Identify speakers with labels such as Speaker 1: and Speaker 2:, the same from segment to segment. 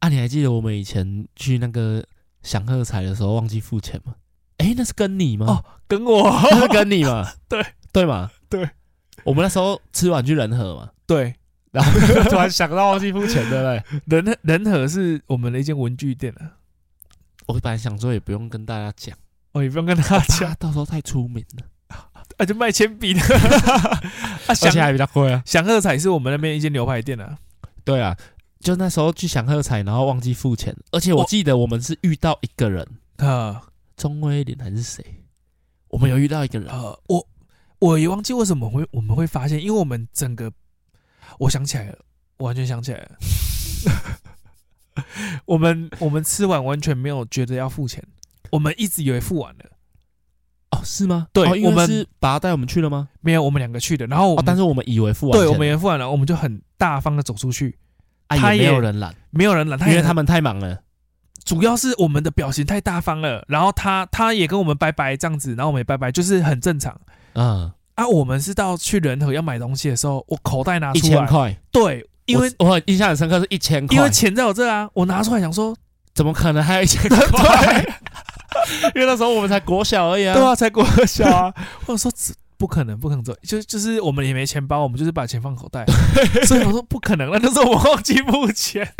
Speaker 1: 啊，你还记得我们以前去那个享喝彩的时候忘记付钱吗？哎、那是跟你吗？
Speaker 2: 哦，跟我
Speaker 1: 那 是跟你嘛？
Speaker 2: 对
Speaker 1: 对嘛？
Speaker 2: 对，
Speaker 1: 我们那时候吃完去仁和嘛，
Speaker 2: 对
Speaker 1: 然后突然想到忘记付钱，对不对？
Speaker 2: 仁和仁和是我们的一间文具店啊。
Speaker 1: 我本来想说也不用跟大家讲，
Speaker 2: 哦，也不用跟他 讲
Speaker 1: 他，到时候太出名了，
Speaker 2: 啊，就卖铅 笔的。啊，
Speaker 1: 而且
Speaker 2: 想
Speaker 1: 还比较贵啊。
Speaker 2: 想喝彩是我们那边一间牛排店啊。
Speaker 1: 对啊，就那时候去享喝彩，然后忘记付钱，而且我
Speaker 2: 我
Speaker 1: 记得我们是遇到一个人，
Speaker 2: 啊
Speaker 1: 钟威林还是谁？我们有遇到一个人，
Speaker 2: 呃，我我也忘记为什么会我们会发现，因为我们整个，我想起来了，我完全想起 来了。我们我们吃完完全没有觉得要付钱，我们一直以为付完了，
Speaker 1: 哦，是吗？
Speaker 2: 对
Speaker 1: 哦因为
Speaker 2: 我们
Speaker 1: 是把他带我们去了吗？
Speaker 2: 没有，我们两个去的，然后我
Speaker 1: 哦，
Speaker 2: 们、
Speaker 1: 但是我们以为付完钱
Speaker 2: 对
Speaker 1: 了，
Speaker 2: 我们也付完了，我们就很大方的走出去，
Speaker 1: 啊
Speaker 2: 他
Speaker 1: 也没
Speaker 2: 也
Speaker 1: 有人拦，
Speaker 2: 没有人拦他，
Speaker 1: 因为他们太忙了。
Speaker 2: 主要是我们的表情太大方了，然后他他也跟我们拜拜这样子，然后我们也拜拜，就是很正常
Speaker 1: 嗯，
Speaker 2: 啊。我们是到去仁和要买东西的时候，我口袋拿
Speaker 1: 一
Speaker 2: 出
Speaker 1: 千
Speaker 2: 来，
Speaker 1: 块，
Speaker 2: 对，因为
Speaker 1: 我我印象很深刻是一千块，
Speaker 2: 因为钱在我这啊，我拿出来想说，
Speaker 1: 怎么可能还有一 千块？ 因为那时候我们才国小而已啊。
Speaker 2: 对啊，才国小 啊，我想说这不可能，不可能做，就就是我们也没钱包，我们就是把钱放口 袋，所以我说不可能，那就是我忘记付钱。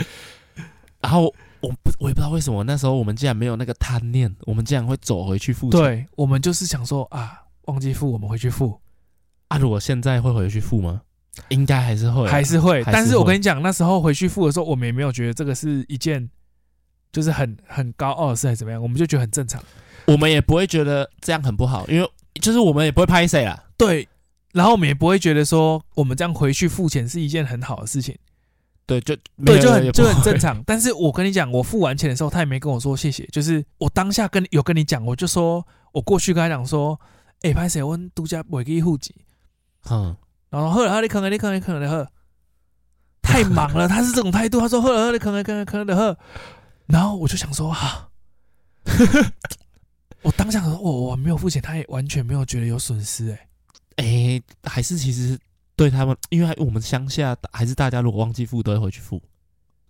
Speaker 1: 然后我不我也不知道为什么那时候我们竟然没有那个贪念，我们竟然会走回去付钱。
Speaker 2: 对，我们就是想说啊，忘记付，我们回去付，
Speaker 1: 啊，如果现在会回去付吗？应该还是会啊，
Speaker 2: 还是会。
Speaker 1: 还是
Speaker 2: 但是我
Speaker 1: 会
Speaker 2: 跟你讲，那时候回去付的时候，我们也没有觉得这个是一件就是很很高傲的事，还是怎么样，我们就觉得很正常。
Speaker 1: 我们也不会觉得这样很不好，因为就是我们也不会拍谁啦。
Speaker 2: 对，然后我们也不会觉得说我们这样回去付钱是一件很好的事情。
Speaker 1: 对，就
Speaker 2: 对，
Speaker 1: 没有
Speaker 2: 就
Speaker 1: 也
Speaker 2: 很
Speaker 1: 不
Speaker 2: 就很
Speaker 1: 会
Speaker 2: 正常。但是我跟你讲，我付完钱的时候，他也没跟我说谢谢。就是我当下跟有跟你讲，我就说我过去跟他讲说，哎、拍谁问独家不给户籍，
Speaker 1: 嗯，
Speaker 2: 然后喝了喝你坑了你坑了你坑了喝，太忙了，他是这种态度。他说喝了喝你坑了坑了坑了喝，然后我就想说啊， 我当下想说我哦我没有付钱，他也完全没有觉得有损失、哎，
Speaker 1: 哎、还是其实对他们，因为我们乡下还是大家如果忘记付都会回去付，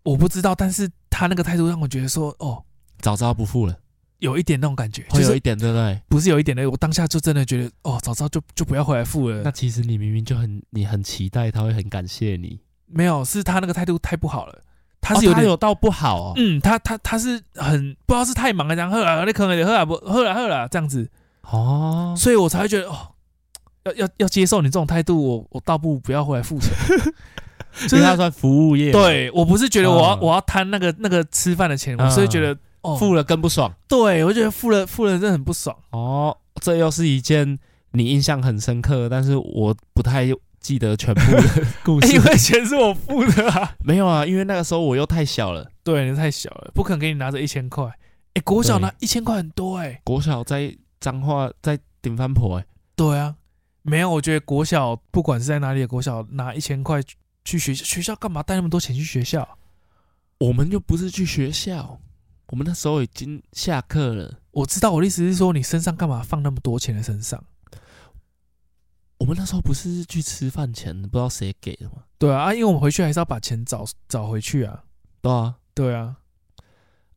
Speaker 2: 我不知道，但是他那个态度让我觉得说哦，
Speaker 1: 早知道不付了，
Speaker 2: 有一点那种感觉，就
Speaker 1: 会
Speaker 2: 是
Speaker 1: 有一点对不对？
Speaker 2: 不是有一点的，我当下就真的觉得，哦，早知道就就不要回来付了。
Speaker 1: 那其实你明明就很你很期待他会很感谢你，
Speaker 2: 没有，是他那个态度太不好了，他
Speaker 1: 哦
Speaker 2: 是有
Speaker 1: 他
Speaker 2: 点，
Speaker 1: 有到不好哦，
Speaker 2: 嗯，他他他是很不知道是太忙了，这样喝了，你可能喝了不喝了喝了这样子，
Speaker 1: 哦，
Speaker 2: 所以我才会觉得，哦，要要要接受你这种态度，我我倒不如不要回 来付钱。
Speaker 1: 所
Speaker 2: 就
Speaker 1: 以他
Speaker 2: 是
Speaker 1: 算服务业，，
Speaker 2: 对我不是觉得我要、
Speaker 1: 嗯
Speaker 2: 我要贪那个那个吃饭的钱，我
Speaker 1: 嗯
Speaker 2: 是会觉得、哦
Speaker 1: 付，了更不爽
Speaker 2: 对我觉得付了付了真的很不爽。
Speaker 1: 哦，这又是一件你印象很深刻，但是我不太记得 全部的故
Speaker 2: 因
Speaker 1: 事，
Speaker 2: 为钱是我付 的啊，
Speaker 1: 没有啊，因为那个时候我又太小了，
Speaker 2: 对你太小了，不肯给你拿着一千块。哎、国小拿一千块很多哎、
Speaker 1: 国小在彰化在顶番婆、欸，
Speaker 2: 对啊，没有，我觉得国小不管是在哪里的国小，拿一千块去去学校，学校干嘛带那么多钱去学校？
Speaker 1: 我们又不是去学校，我们那时候已经下课了，
Speaker 2: 我知道我的意思是说，你身上干嘛放那么多钱在身上？
Speaker 1: 我们那时候不是去吃饭钱，不知道谁给的吗？
Speaker 2: 对啊，啊，因为我们回去还是要把钱找找回去啊。
Speaker 1: 对啊，
Speaker 2: 对啊，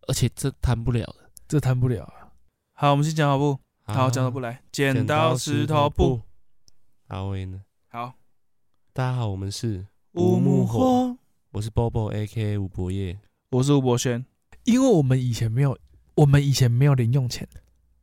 Speaker 1: 而且这谈不了的，
Speaker 2: 这贪不了啊。好，我们先讲好不？
Speaker 3: 啊
Speaker 2: 好，讲到不来，啊剪刀石头布。。
Speaker 3: 阿威呢？
Speaker 2: 好，
Speaker 3: 大家好，我们是
Speaker 2: 乌木
Speaker 3: 火，
Speaker 2: 火，
Speaker 3: 我是 Bobo A K A 吴博业。
Speaker 2: 我是吴博轩。因为我们以前没有，我们以前没有零用钱。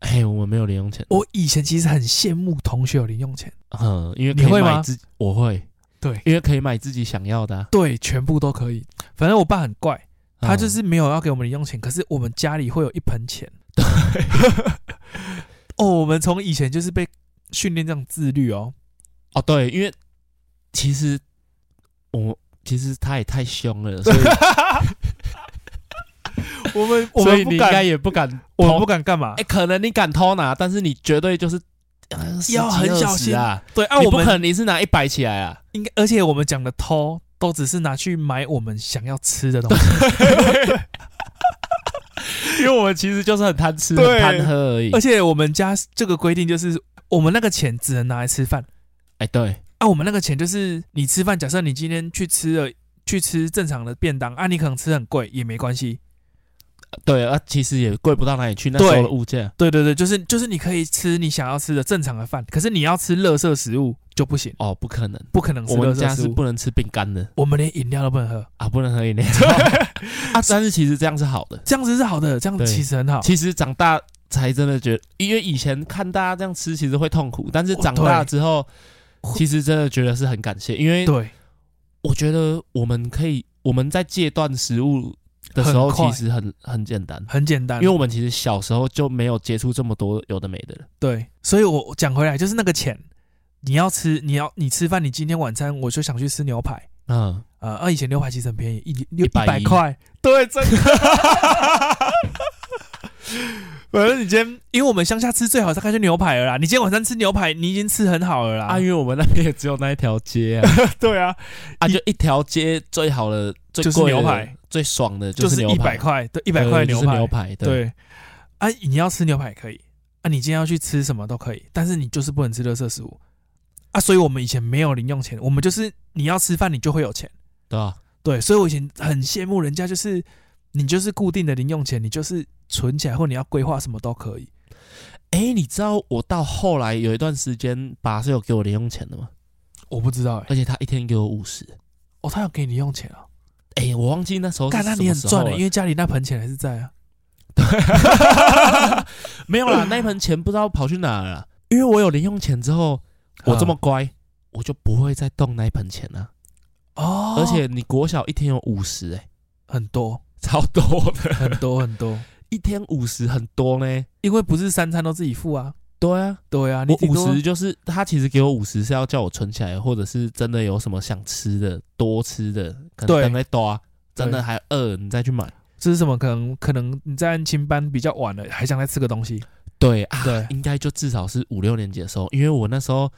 Speaker 1: 嘿，哎我们没有零用钱，
Speaker 2: 我以前其实很羡慕同学有零用钱，
Speaker 1: 嗯，因为
Speaker 2: 你
Speaker 1: 可以
Speaker 2: 会
Speaker 1: 买
Speaker 2: 吗
Speaker 1: 自己我会，
Speaker 2: 对
Speaker 1: 因为可以买自己想要的啊、
Speaker 2: 对，全部都可以。反正我爸很怪，他就
Speaker 1: 嗯
Speaker 2: 是没有要给我们零用钱，可是我们家里会有一盆钱。 哦，我们从以前就是被训练这样自律哦。
Speaker 1: 哦，对，因为其实我其实他也太凶了，所以
Speaker 2: 我们 我
Speaker 1: 所以
Speaker 2: 们不
Speaker 1: 你应该
Speaker 2: 敢，
Speaker 1: 也不敢偷，
Speaker 2: 我们不敢干嘛
Speaker 1: 哎、？可能你敢偷拿，但是你绝对就是、呃、十
Speaker 2: 要
Speaker 1: 几
Speaker 2: 很
Speaker 1: 二
Speaker 2: 小
Speaker 1: 十
Speaker 2: 心
Speaker 1: 啊，
Speaker 2: 对啊，
Speaker 1: 你
Speaker 2: 我
Speaker 1: 不可
Speaker 2: 们
Speaker 1: 能你是拿一百起来啊，
Speaker 2: 应该，而且我们讲的偷，都只是拿去买我们想要吃的东西。
Speaker 1: 因为我们其实就是很贪 吃、很
Speaker 2: 对
Speaker 1: 贪喝而已。
Speaker 2: 而
Speaker 1: 哎、
Speaker 2: 且我们家这个规定就是，我们那个钱只能拿来吃饭。
Speaker 1: 哎对，
Speaker 2: 啊，我们那个钱就是你吃饭，假设你今天去吃了去吃正常的便当啊，你可能吃很贵也没关系。
Speaker 1: 对啊，其实也贵不到哪里去，那时候的物价。
Speaker 2: 对对对，就是就是你可以吃你想要吃的正常的饭，可是你要吃垃圾食物就不行，
Speaker 1: 哦，不可能，
Speaker 2: 不可能吃
Speaker 1: 我
Speaker 2: 垃
Speaker 1: 们家
Speaker 2: 圾食
Speaker 1: 是
Speaker 2: 物。
Speaker 1: 不能吃饼干的
Speaker 2: 我们连饮料都不能喝，
Speaker 1: 啊，不能喝 饮料 啊。但是其实这样是好的。
Speaker 2: 这样子是好的，这样
Speaker 1: 对
Speaker 2: 其实很好。
Speaker 1: 其实长大才真的觉得，因为以前看大家这样吃，其实会痛苦，但是
Speaker 2: 哦
Speaker 1: 长大
Speaker 2: 对
Speaker 1: 之后，
Speaker 2: 会
Speaker 1: 其实真的觉得是很感谢，因为
Speaker 2: 对，
Speaker 1: 我觉得我们可以我们在戒断食物的时候，
Speaker 2: 很快
Speaker 1: 其实很很简单，
Speaker 2: 很简单。
Speaker 1: 因为我们其实小时候就没有接触这么多有的没的了。
Speaker 2: 对，所以我讲回来就是那个钱，你要吃，你要你吃饭，你今天晚餐我就想去吃牛排。
Speaker 1: 嗯，
Speaker 2: 呃，啊，以前牛排其实很便宜，一六一
Speaker 1: 110
Speaker 2: 百块，对，真的。反正你今天，因为我们乡下吃最好大概就牛排了啦。你今天晚上吃牛排，你已经吃很好了啦。
Speaker 1: 啊，因为我们那边也只有那一条街啊，
Speaker 2: 对啊，
Speaker 1: 啊就一条街最好的、最
Speaker 2: 就是
Speaker 1: 贵的
Speaker 2: 牛排、
Speaker 1: 最爽的
Speaker 2: 就是是
Speaker 1: 牛
Speaker 2: 一
Speaker 1: 排
Speaker 2: 百，块，对，一百块
Speaker 1: 对
Speaker 2: 的
Speaker 1: 就
Speaker 2: 牛
Speaker 1: 是
Speaker 2: 排，
Speaker 1: 牛排，对，
Speaker 2: 对。啊，你要吃牛排也可以，啊，你今天要去吃什么都可以，但是你就是不能吃垃圾食物啊。所以我们以前没有零用钱，我们就是你要吃饭，你就会有钱。
Speaker 1: 对吧？
Speaker 2: 对，所以我以前很羡慕人家，就是你就是固定的零用钱，你就是存起来，或你要规划什么都可以。
Speaker 1: 哎，你知道我到后来有一段时间，爸是有给我零用钱的吗？
Speaker 2: 我不知道哎、
Speaker 1: 而且他一天给我五十。
Speaker 2: 哦，他有给你零用钱啊？
Speaker 1: 哎、我忘记那时候是
Speaker 2: 干，那你很
Speaker 1: 什么时候啊
Speaker 2: 赚的、欸
Speaker 1: 了
Speaker 2: 因为家里那盆钱还是在啊。
Speaker 1: 没有啦，那一盆钱不知道跑去哪了啦。因为我有零用钱之后，我
Speaker 2: 啊
Speaker 1: 这么乖，我就不会再动那一盆钱了、
Speaker 2: 哦，
Speaker 1: 而且你国小一天有五十，哎，
Speaker 2: 很多
Speaker 1: 超多的，
Speaker 2: 很多很多，
Speaker 1: 一天五十很多呢。
Speaker 2: 因为不是三餐都自己付啊。
Speaker 1: 对啊，
Speaker 2: 对啊，你
Speaker 1: 我
Speaker 2: 顶
Speaker 1: 五
Speaker 2: 多
Speaker 1: 十就是他其实给我五十是要叫我存起来，或者是真的有什么想吃的多吃的，可能
Speaker 2: 对
Speaker 1: 等在多啊，真
Speaker 2: 对
Speaker 1: 的还饿你再去买。
Speaker 2: 这是什么？可能可能你在安亲班比较晚了，还想再吃个东西。
Speaker 1: 对啊，
Speaker 2: 对
Speaker 1: 应该就至少是五六年级的时候，因为我那时候，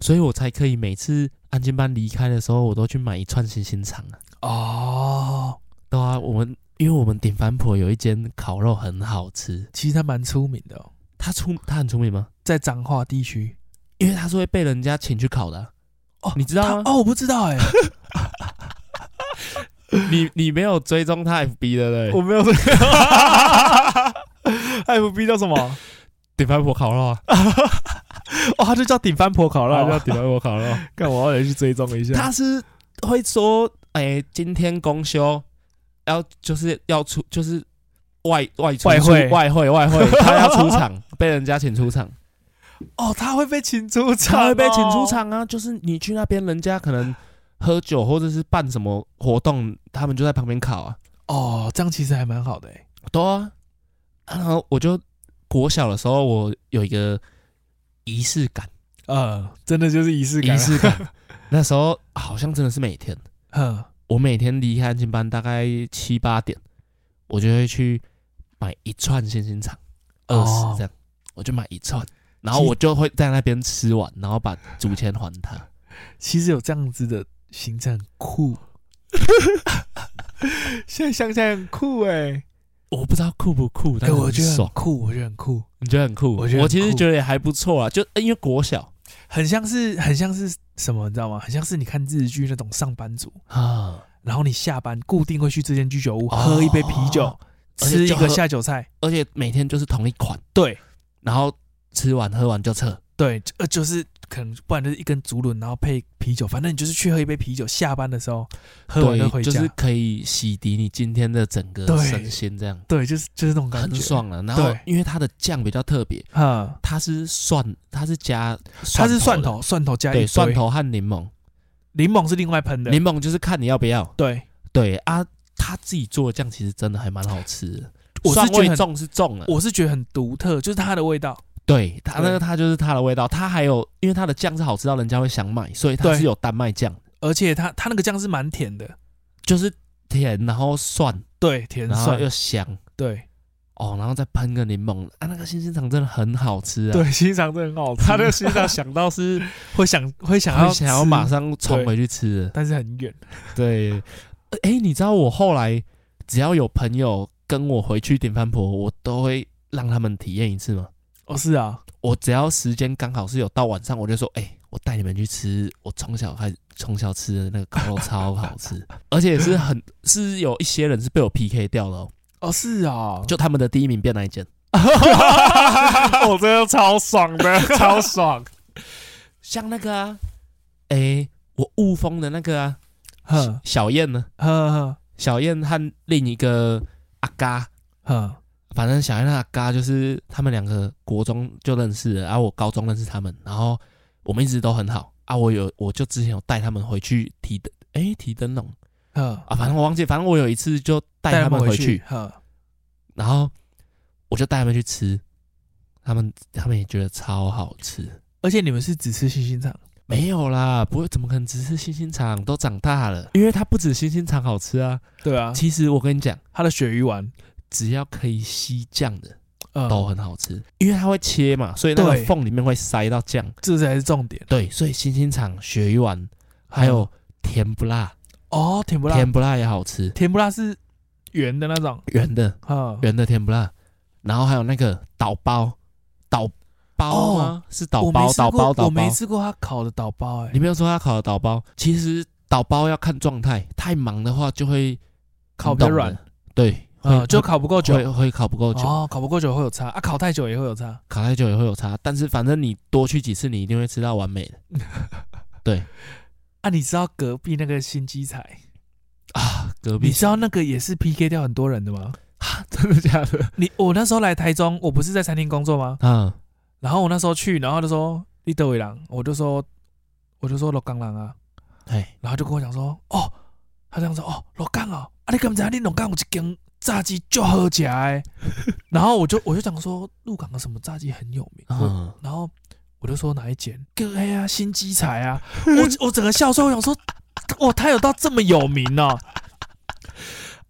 Speaker 1: 所以我才可以每次安静班离开的时候，我都去买一串星星肠啊。
Speaker 2: 哦，
Speaker 1: 对啊，我们因为我们顶番婆有一间烤肉很好吃，
Speaker 2: 其实他蛮出名的、哦，
Speaker 1: 他出他很出名吗？
Speaker 2: 在彰化地区。
Speaker 1: 因为他是会被人家请去烤的啊、
Speaker 2: 哦
Speaker 1: 你知道吗
Speaker 2: 他哦，我不知 道哎、
Speaker 1: 你你没有追踪他 FB 的对不对？
Speaker 2: 没 有这个。FB 叫什么？
Speaker 1: 顶番婆烤肉啊，
Speaker 2: 哦，他就叫顶翻婆烤
Speaker 1: 他
Speaker 2: 肉。
Speaker 1: 顶番婆烤肉。
Speaker 2: 干，我要来去追踪一下。
Speaker 1: 他是会说，哎、今天公休，要就是要出，就是外外出
Speaker 2: 外汇
Speaker 1: 外汇外 汇，他要出场，被人家请出 场，
Speaker 2: 哦，他会被请出场、
Speaker 1: 他会被请出。场啊！就是你去那边，人家可能喝酒或者是办什么活动，他们就在旁边烤啊，
Speaker 2: 哦，这样其实还蛮好的哎、
Speaker 1: 对啊。然后我就国小的时候，我有一个仪式感，
Speaker 2: 呃，真的就是仪式
Speaker 1: 仪
Speaker 2: 感。
Speaker 1: 式感。那时候好像真的是每天，
Speaker 2: 哼，
Speaker 1: 我每天离开安静班大概七八点，我就会去买一串鲜鲜肠，二
Speaker 2: 哦
Speaker 1: 十这样，我就买一串，然后我就会在那边吃完，然后把竹签还他。
Speaker 2: 其实有这样子的行程很酷。 现在想起来很酷哎、
Speaker 1: 我不知道酷不酷，但
Speaker 2: 哎、
Speaker 1: 是
Speaker 2: 我
Speaker 1: 很
Speaker 2: 觉得很
Speaker 1: 爽，
Speaker 2: 酷，我觉得很酷，
Speaker 1: 你觉得很酷？
Speaker 2: 我觉得很
Speaker 1: 其实
Speaker 2: 酷
Speaker 1: 觉得也还不错啊，就呃因为国小
Speaker 2: 很像是很像是什么，你知道吗？很像是你看日剧那种上班族，
Speaker 1: 啊，
Speaker 2: 然后你下班固定会去这间居酒屋、
Speaker 1: 哦
Speaker 2: 喝一杯啤酒，
Speaker 1: 而且
Speaker 2: 吃一
Speaker 1: 就
Speaker 2: 个
Speaker 1: 喝
Speaker 2: 下酒菜。
Speaker 1: 而且每天就是同一款，
Speaker 2: 对
Speaker 1: 然后吃完喝完就撤。
Speaker 2: 对，就呃，就是可能不然就是一根竹轮，然后配啤酒，反正你就是去喝一杯啤酒，下班的时候喝完就
Speaker 1: 对，
Speaker 2: 回
Speaker 1: 就
Speaker 2: 家。
Speaker 1: 是可以洗涤你今天的整个
Speaker 2: 对
Speaker 1: 身心，这样
Speaker 2: 对，就是就是那种感
Speaker 1: 很
Speaker 2: 觉，
Speaker 1: 爽了、然后
Speaker 2: 对
Speaker 1: 因为它的酱比较特别，
Speaker 2: 哈。
Speaker 1: 它是蒜，它是加，
Speaker 2: 它是蒜
Speaker 1: 的，
Speaker 2: 头，蒜头加一
Speaker 1: 对，
Speaker 2: 堆
Speaker 1: 蒜，头和柠檬，
Speaker 2: 柠檬是另外喷的。
Speaker 1: 柠檬就是看你要不要。
Speaker 2: 对，
Speaker 1: 对啊，他自己做的酱其实真的还蛮好吃的，
Speaker 2: 我是
Speaker 1: 蒜
Speaker 2: 觉得
Speaker 1: 味
Speaker 2: 很
Speaker 1: 重是重了，
Speaker 2: 我是觉得很独特，就是它的味道。
Speaker 1: 对它那
Speaker 2: 对
Speaker 1: 个它就是它的味道，它还有因为它的酱是好吃到人家会想买，所以它
Speaker 2: 对
Speaker 1: 是有丹麦酱，
Speaker 2: 而且它它那个酱是蛮甜的，
Speaker 1: 就是甜，然后蒜，
Speaker 2: 对，甜
Speaker 1: 然后
Speaker 2: 蒜
Speaker 1: 又，香。
Speaker 2: 对
Speaker 1: 哦，然后再喷个柠檬啊，那个新鲜肠真的很好吃啊！，，
Speaker 2: 心肠真的很好吃
Speaker 1: 他的心肠想到是
Speaker 2: 会想会想要
Speaker 1: 会想要马
Speaker 2: 吃，
Speaker 1: 上冲回去吃的。
Speaker 2: 但是很远。
Speaker 1: 对，呃哎、你知道我后来只要有朋友跟我回去点饭婆，我都会让他们体验一次吗？
Speaker 2: 哦，是啊，
Speaker 1: 我只要时间刚好是有到晚上，我就说，哎、我带你们去吃，我从小开始从小吃的那个烤肉超好吃，而且是很是有一些人是被我 PK 掉了、哦，
Speaker 2: 哦，是 哦，
Speaker 1: 就他们的第一名变那一间。哦
Speaker 2: 我真的超爽 的，超爽。
Speaker 1: 像那个啊，哎、我雾峰的那个啊，
Speaker 2: 哼
Speaker 1: 小燕呢？
Speaker 2: 哼哼
Speaker 1: 小燕和另一个阿嘎，
Speaker 2: 哼，
Speaker 1: 反正小燕和阿嘎就是他们两个国中就认识了，然、啊后我高中认识他们，然后我们一直都很好啊。我有我就之前有带他们回去提灯，哎、提灯笼
Speaker 2: 哼，
Speaker 1: 啊，反正我忘记，反正我有一次就带
Speaker 2: 带
Speaker 1: 他们回去，
Speaker 2: 去，哼，
Speaker 1: 然后我就带他们去吃，他们他们也觉得超好吃。
Speaker 2: 而且你们是只吃星星肠，
Speaker 1: 没有啦，不会，怎么可能只吃星星肠？都长大了，因为它不止星星肠好吃啊。
Speaker 2: 对啊，
Speaker 1: 其实我跟你讲，
Speaker 2: 它的鳕鱼丸，
Speaker 1: 只要可以吸酱的
Speaker 2: 嗯，
Speaker 1: 都很好吃，因为它会切嘛，所以那个
Speaker 2: 对
Speaker 1: 缝里面会塞到酱。
Speaker 2: 这才是重点。
Speaker 1: 对，所以星星肠、鳕鱼丸，还有甜不辣，
Speaker 2: 哦，嗯甜不辣，
Speaker 1: 甜不辣也好吃，
Speaker 2: 甜不辣是圆的那种，
Speaker 1: 圆的
Speaker 2: 哈，
Speaker 1: 圆的甜不辣，然后还有那个岛包，岛包吗？是岛
Speaker 2: 哦我没
Speaker 1: 包，
Speaker 2: 吃过
Speaker 1: 岛包，岛
Speaker 2: 我没
Speaker 1: 包。
Speaker 2: 吃过它烤的岛包，哎
Speaker 1: 你，没有说他烤的岛包，其实岛包要看状态，太忙的话就会
Speaker 2: 烤比较
Speaker 1: 你懂
Speaker 2: 软
Speaker 1: 的，对，
Speaker 2: 嗯，
Speaker 1: 会
Speaker 2: 就烤不够久，
Speaker 1: 会会烤不够久，
Speaker 2: 哦，烤不够久会有差啊，烤太久也会有差。
Speaker 1: 烤太久也会有差，但是反正你多去几次，你一定会吃到完美的
Speaker 2: 啊，你知道隔壁那个新鸡仔，
Speaker 1: 啊。隔
Speaker 2: 你
Speaker 1: 壁
Speaker 2: 知道那个也是 PK 掉很多人 的吗？
Speaker 1: 真的假的？
Speaker 2: 你我那时候来台中，我不是在餐厅工作吗？
Speaker 1: 啊，
Speaker 2: 然后我那时候去，然后他就说立德伟郎，我就说我就说罗刚郎啊，
Speaker 1: 哎，
Speaker 2: 然后就跟我讲说，哦，他这样说，哦，罗刚哦，啊你敢不知道你罗刚有一间炸鸡就好吃的， 然后我就我就讲说鹿港的什么炸鸡很有名，我
Speaker 1: 嗯，
Speaker 2: 然后我就说哪一间？跟哎呀新鸡才啊！ 我我整个笑出来，我想说，啊哇，他有到这么有名哦、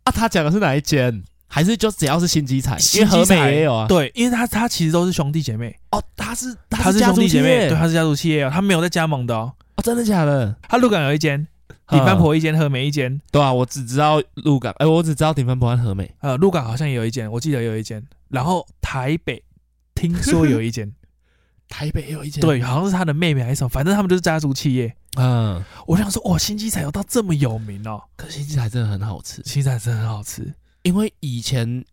Speaker 1: 啊，他讲的是哪一间？还是就只要是新机彩，因
Speaker 2: 新
Speaker 1: 为
Speaker 2: 机
Speaker 1: 和美
Speaker 2: 彩
Speaker 1: 也有啊。
Speaker 2: 对，因为他他其实都是兄弟姐妹，
Speaker 1: 哦，他是
Speaker 2: 他
Speaker 1: 是
Speaker 2: 兄弟姐妹，对，
Speaker 1: 对，
Speaker 2: 他是家族企业哦、他没有在加盟的哦、
Speaker 1: 哦，真的假的？
Speaker 2: 他鹿港有一间，
Speaker 1: 嗯
Speaker 2: 顶番婆一间，和美一间，
Speaker 1: 对啊，我只知道鹿港，哎，我只知道顶番博和和美，
Speaker 2: 呃，鹿港好像也有一间，我记得有一间，然后台北听说有一间，
Speaker 1: 台北也有一间。，
Speaker 2: 对，好像是他的妹妹还是什么，反正他们就是家族企业。
Speaker 1: 嗯，
Speaker 2: 我想说，哇，新鸡才有到这么有名哦、
Speaker 1: 可是新机彩真的很好吃。
Speaker 2: 新鸡才真的很好吃，
Speaker 1: 因为以前